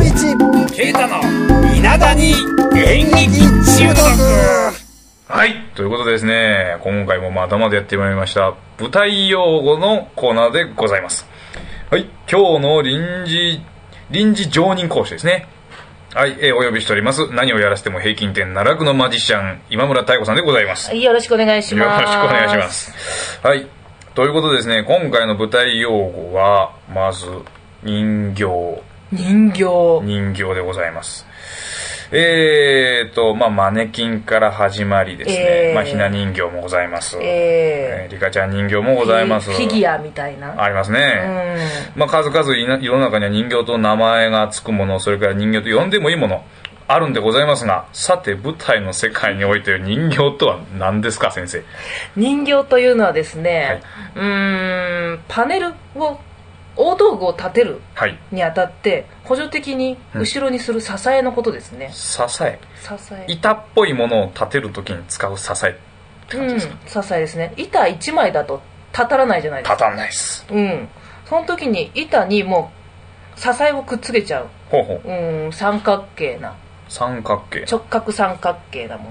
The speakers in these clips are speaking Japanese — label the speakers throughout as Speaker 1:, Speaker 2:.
Speaker 1: 一
Speaker 2: ケイタの稲田に演劇中毒はい、ということでですね、今回もまだまだやってまいりました、舞台用語のコーナーでございます。はい、今日の臨時、臨時常任講師ですね。はい、えーお呼びしております。何をやらせても平均点奈落のマジシャン、今村太鼓さんでございます。
Speaker 3: はい、よろしくお願いし
Speaker 2: よ
Speaker 3: ます。
Speaker 2: ろしくお願いしま。す。はい。ということでですね、今回の舞台用語は、まず、人形、
Speaker 3: 人形。
Speaker 2: 人形でございます。えーと、まあ、マネキンから始まりですね、
Speaker 3: えー
Speaker 2: まあ、ひな人形もございます。え
Speaker 3: え
Speaker 2: ーリカちゃん人形も
Speaker 3: ー、
Speaker 2: ございます。
Speaker 3: フィギュアみたいな。
Speaker 2: あります
Speaker 3: う
Speaker 2: ね。
Speaker 3: ん。
Speaker 2: まあ、数々いな世の中には人形と名前がつくもの、それから人形と呼んでもいいもの、あるんでございますが、さて、舞台の世界において人形とは何ですか、先生。
Speaker 3: 人形というのはですね、うーん、パネルを、大道具を立てる
Speaker 2: はい。
Speaker 3: にあたって、補助的に後ろにする支えのことですね。
Speaker 2: 支え。
Speaker 3: 支え。
Speaker 2: 板っぽいものを立てるときに使う支えって感じ
Speaker 3: うん、
Speaker 2: です
Speaker 3: 支
Speaker 2: か、
Speaker 3: えですね。板1枚だとたたらないじゃないです
Speaker 2: 立
Speaker 3: か。
Speaker 2: たんないっす。
Speaker 3: うん。その時に板にもう、支えをくっつけちゃう。
Speaker 2: ほうほう。
Speaker 3: うん、三角形な。
Speaker 2: 三角形。
Speaker 3: 直角三角形なもの。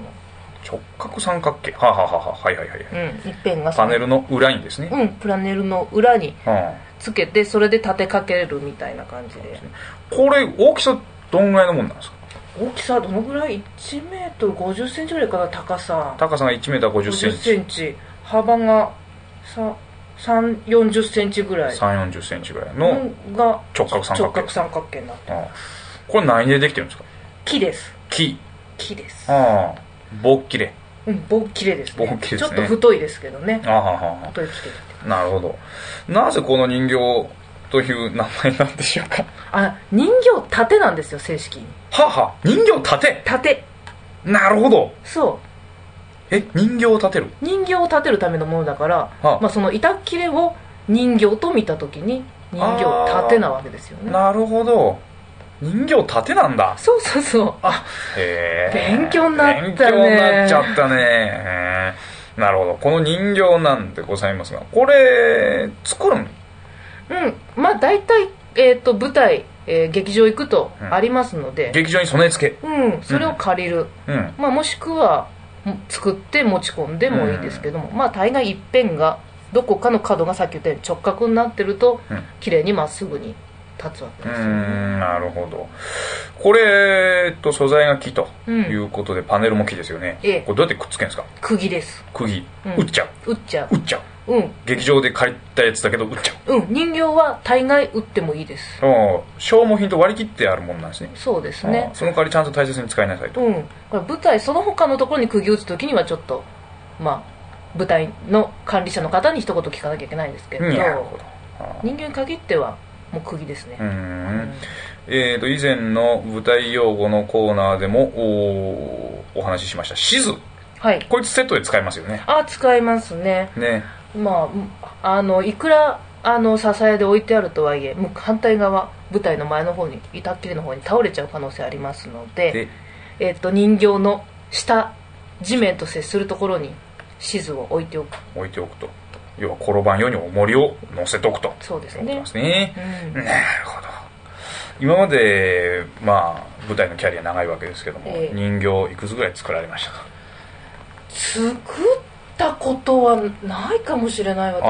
Speaker 2: 直角三角形。はあ、はあはあはあ、はいはいはい。
Speaker 3: うん、一辺が
Speaker 2: パ
Speaker 3: 三
Speaker 2: ネルの裏にですね。
Speaker 3: うん、プラネルの裏に
Speaker 2: うん
Speaker 3: つけてそれで立てかけるみたいな感じで
Speaker 2: これ、大きさどんぐらいのもんなんですか
Speaker 3: 大きさどのぐらい1メートル5 0センチぐらいかな高さ
Speaker 2: 高さが1メーター50センチ。
Speaker 3: ンチ幅が3 4 0センチぐらい
Speaker 2: 3、40センチぐらい
Speaker 3: の
Speaker 2: の。
Speaker 3: が
Speaker 2: 直角三角形
Speaker 3: 直角三角形になって
Speaker 2: うんこれ何でできてるんですか
Speaker 3: 木です
Speaker 2: 木。
Speaker 3: 木です
Speaker 2: ああ。棒切れ。
Speaker 3: うん棒切れですね
Speaker 2: 棒切れですね
Speaker 3: ちょっと太いですけどね
Speaker 2: ああはあはあは
Speaker 3: 太い切れ
Speaker 2: あ。なるほど。なぜこの人形という名前なんでしょうか
Speaker 3: あ人形盾なんですよ正式に
Speaker 2: はあはあ。人形立て
Speaker 3: 盾
Speaker 2: なるほど。
Speaker 3: そう
Speaker 2: え、人形を立てる
Speaker 3: 人形を立てるためのものだから、
Speaker 2: はあ
Speaker 3: まあ、その板切れを人形と見た時に人形を立てなわけですよね
Speaker 2: なるほど人形縦なんだ
Speaker 3: そうそうそうあ
Speaker 2: へえ
Speaker 3: 勉強になったね
Speaker 2: 勉強になっちゃったねへえなるほどこの人形なんでございますがこれ作るん
Speaker 3: うんまあ大体、えー、と舞台、えー劇場行くとありますので、
Speaker 2: 劇場に備え付
Speaker 3: うんそれを借りる、
Speaker 2: けうん
Speaker 3: まあ、もしくはも作って持ち込んでもいいですけども、まあ大概一辺がどこかの角がさっき言ったように直角になってると、
Speaker 2: うん
Speaker 3: 綺麗にまっすぐに立つわけ
Speaker 2: う
Speaker 3: ですよね
Speaker 2: んなるほどこれえっと素材が木と
Speaker 3: うん
Speaker 2: いうことで、パネルも木ですよね
Speaker 3: ええ
Speaker 2: これどうやってくっつけるんですか
Speaker 3: 釘です
Speaker 2: 釘、
Speaker 3: うん
Speaker 2: 打っちゃう
Speaker 3: 打っちゃ
Speaker 2: 打っちゃう
Speaker 3: ううん
Speaker 2: 劇場で借りたやつだけど打っちゃう
Speaker 3: うん人形は大概打ってもいいです
Speaker 2: おー消耗品と割り切ってあるもんなんですね
Speaker 3: そうですね
Speaker 2: あーその代わりちゃんと大切に使いなさいと
Speaker 3: うんこれ舞台その他のところに釘打つ時にはちょっとまあ舞台の管理者の方に一言聞かなきゃいけないんですけど
Speaker 2: うんなるほど
Speaker 3: 人間に限ってはもう釘ですね
Speaker 2: う、
Speaker 3: うん
Speaker 2: んえー、と以前の舞台用語のコーナーでもおーお話ししました地図
Speaker 3: はい
Speaker 2: こいつセットで使いますよね
Speaker 3: あ使いますね
Speaker 2: ね
Speaker 3: まああのいくらあの支えで置いてあるとはいえもう反対側舞台の前の方に板っきりの方に倒れちゃう可能性ありますの
Speaker 2: で
Speaker 3: えっと人形の下地面と接するところに地図を置いておく
Speaker 2: 置いておくと要は転ばんように重りを乗せておくというこ
Speaker 3: そうです
Speaker 2: となん
Speaker 3: ね
Speaker 2: で、すね
Speaker 3: うん
Speaker 2: なるほど今までまあ舞台のキャリア長いわけですけども、
Speaker 3: ええ
Speaker 2: 人形いくつぐらい作られましたか
Speaker 3: 作ったことはないかもしれない
Speaker 2: あー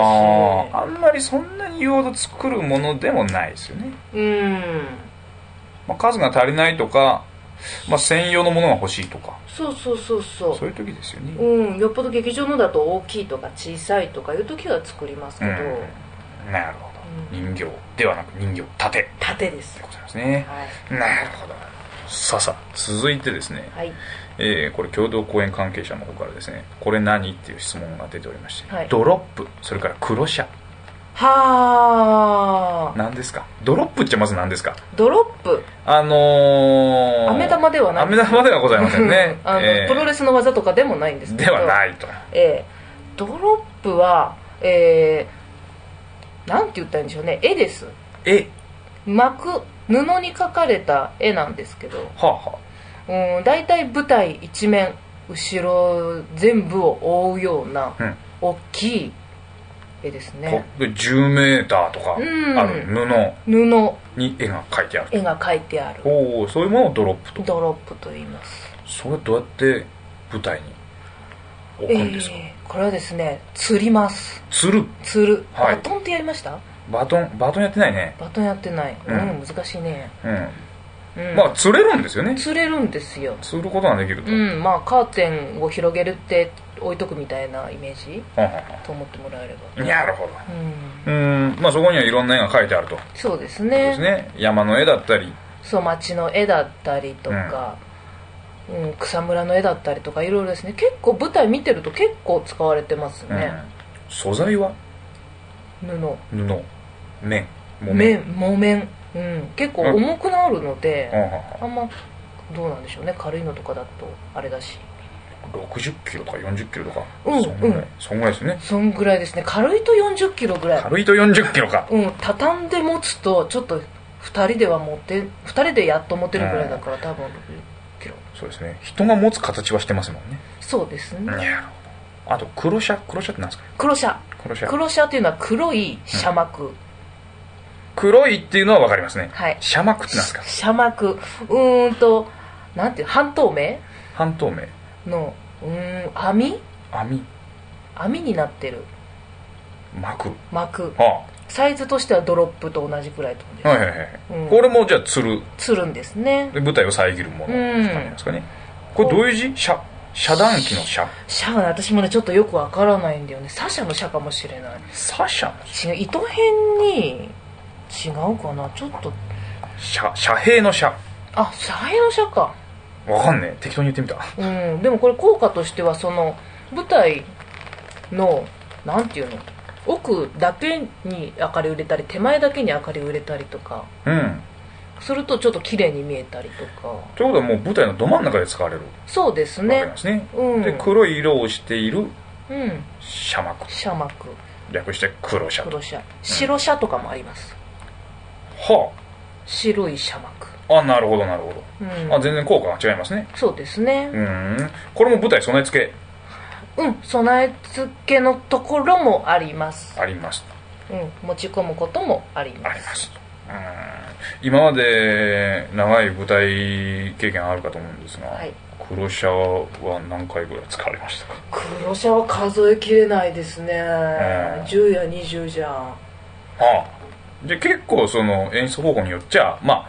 Speaker 3: 私
Speaker 2: あんまりそんなに言うほど作るものでもないですよね、
Speaker 3: うん
Speaker 2: まあ、数が足りないとか、まあ、専用のものが欲しいとか
Speaker 3: そうそうそうそ
Speaker 2: そういう時ですよね、
Speaker 3: ううんよっぽど劇場のだと大きいとか小さいとかいう時は作りますけど、
Speaker 2: うん、なるほど、
Speaker 3: う
Speaker 2: 人形ではなく人形盾で
Speaker 3: 縦です
Speaker 2: ございますね
Speaker 3: はい、
Speaker 2: なるほどさあさあ続いてですね、
Speaker 3: はい、
Speaker 2: えーこれ共同公演関係者の方からですねこれ何っていう質問が出ておりまして、
Speaker 3: はい
Speaker 2: ドロップそれから黒車
Speaker 3: はあ
Speaker 2: 何ですかドロップってまず何ですか
Speaker 3: ドロップ
Speaker 2: あのー、
Speaker 3: 飴玉ではない
Speaker 2: 飴玉ではございませんね
Speaker 3: あの
Speaker 2: えー
Speaker 3: プロレスの技とかでもないんですけ
Speaker 2: で
Speaker 3: ど
Speaker 2: はないと
Speaker 3: えードロップは、えーなんて言ったらいいんでしょうね絵です
Speaker 2: え
Speaker 3: 巻く布に描かれた絵なんですけど
Speaker 2: はあは
Speaker 3: うん大体舞台一面後ろ全部を覆うような
Speaker 2: うん
Speaker 3: 大きい絵です
Speaker 2: こ
Speaker 3: ね
Speaker 2: 10メーターとかあ
Speaker 3: うん
Speaker 2: る布
Speaker 3: 布
Speaker 2: に絵が描いてある
Speaker 3: 絵が描いてある
Speaker 2: おおそういうものをドロップと
Speaker 3: ドロップと言います
Speaker 2: それどうやって舞台に置くんですか、
Speaker 3: えーこれはですね釣ります
Speaker 2: 釣る
Speaker 3: 釣る、
Speaker 2: はい
Speaker 3: バトンってやりました
Speaker 2: バトンバトンやってないね
Speaker 3: バトンやってない
Speaker 2: うん
Speaker 3: うん、難しいね、
Speaker 2: うん
Speaker 3: うん、
Speaker 2: まあ釣れるんですよね
Speaker 3: 釣れるんですよ
Speaker 2: 釣ることができると、
Speaker 3: う
Speaker 2: うん、
Speaker 3: んまあカーテンを広げるって置いとくみたいなイメージと思ってもらえれば
Speaker 2: なるほど
Speaker 3: うん
Speaker 2: うんまあそこにはいろんな絵が描いてあるとそう
Speaker 3: そうです
Speaker 2: で
Speaker 3: ね
Speaker 2: すね山の絵だったり
Speaker 3: そう町の絵だったりとか、うん草むらの絵だったりとかいろいろですね結構舞台見てると結構使われてます
Speaker 2: うん
Speaker 3: ね、
Speaker 2: 素材は
Speaker 3: 布
Speaker 2: 布綿木綿
Speaker 3: 綿木綿、うん、結構重くなるので、
Speaker 2: うんうんうん
Speaker 3: あんまどうなんでしょうね軽いのとかだとあれだし
Speaker 2: 60キロとか40キロとか、
Speaker 3: うん
Speaker 2: そんぐらい、
Speaker 3: うん
Speaker 2: そんぐらいですね
Speaker 3: そんぐらいですね軽いと4 0キロぐらい、
Speaker 2: 軽いと40キロか
Speaker 3: うん、畳んで持つとちょっと2人では持って2人でやっと持てるぐらいだから多分6 0キロ
Speaker 2: そうですね人が持つ形はしてますもんね、
Speaker 3: そうですね、
Speaker 2: なるほどあと黒車黒車って何ですか
Speaker 3: 黒シャ
Speaker 2: 黒車
Speaker 3: 黒シャっていうのは黒い車幕、
Speaker 2: 黒いっていうのは分かりますね
Speaker 3: はい
Speaker 2: 車幕って何ですか
Speaker 3: 車幕うーんとなんていう半透明
Speaker 2: 半透明
Speaker 3: のうーん網
Speaker 2: 網
Speaker 3: 網になってる
Speaker 2: 幕
Speaker 3: 膜
Speaker 2: は
Speaker 3: サイズとしてはドロップと同じくらいってこと
Speaker 2: あ
Speaker 3: です
Speaker 2: はいはいはい、
Speaker 3: うん
Speaker 2: これもじゃあつる
Speaker 3: つるんですね
Speaker 2: で舞台を遮るものって感じなんですかね、これどういう字遮遮断機の遮
Speaker 3: シャアね私もねちょっとよくわからないんだよねサシャのシャかもしれない
Speaker 2: サシャ
Speaker 3: 違う糸編に違うかなちょっと
Speaker 2: 遮遮蔽の遮
Speaker 3: あ遮蔽のシャか
Speaker 2: わかんねえ適当に言ってみた
Speaker 3: うんでもこれ効果としてはその舞台のなんていうの奥だけに明かりを入れたり手前だけに明かりを入れたりとか
Speaker 2: うん
Speaker 3: するとちょっと綺麗に見えたりとか
Speaker 2: ということはもう舞台のど真ん中で使われるわ
Speaker 3: そうです
Speaker 2: けなん
Speaker 3: ね
Speaker 2: ですね
Speaker 3: うん
Speaker 2: で黒い色をしている
Speaker 3: うん
Speaker 2: 車幕
Speaker 3: 車幕
Speaker 2: 略して黒車と
Speaker 3: 黒車白車とかもあります
Speaker 2: は
Speaker 3: 白い車幕
Speaker 2: ああなるほどなるほど、
Speaker 3: うん
Speaker 2: あ全然効果が違いますね
Speaker 3: そうです
Speaker 2: う
Speaker 3: ね
Speaker 2: ーんこれも舞台備え付け
Speaker 3: うん備え付けのところもあります
Speaker 2: あります
Speaker 3: うん持ち込むこともあり
Speaker 2: あ
Speaker 3: ま
Speaker 2: り
Speaker 3: す
Speaker 2: ますうーん今まで長い舞台経験あるかと思うんですが、
Speaker 3: はい
Speaker 2: 黒車は何回ぐらい使われましたか
Speaker 3: 黒車は数えきれないですね、
Speaker 2: ええ
Speaker 3: 10や20じゃ
Speaker 2: ああで結構その演出方法によっちゃま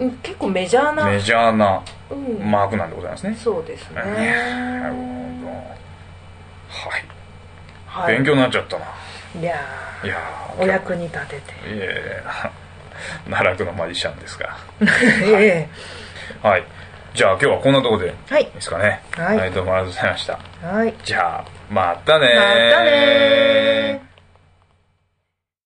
Speaker 3: んうん結構メジャー
Speaker 2: あ
Speaker 3: な、
Speaker 2: メジャーな
Speaker 3: うん、
Speaker 2: マークなんでございますね、
Speaker 3: そうですね、
Speaker 2: なるほどはい、
Speaker 3: はい、
Speaker 2: 勉強になっちゃったない
Speaker 3: や
Speaker 2: いや
Speaker 3: ー
Speaker 2: ー
Speaker 3: お役に立て
Speaker 2: いえ奈落のマジシャンですが
Speaker 3: て、え
Speaker 2: はいじゃあ今日はこんなところでいい
Speaker 3: えはい
Speaker 2: ですかね
Speaker 3: はい
Speaker 2: どうもありがとうございました
Speaker 3: はい
Speaker 2: じゃあまたねー
Speaker 3: またねー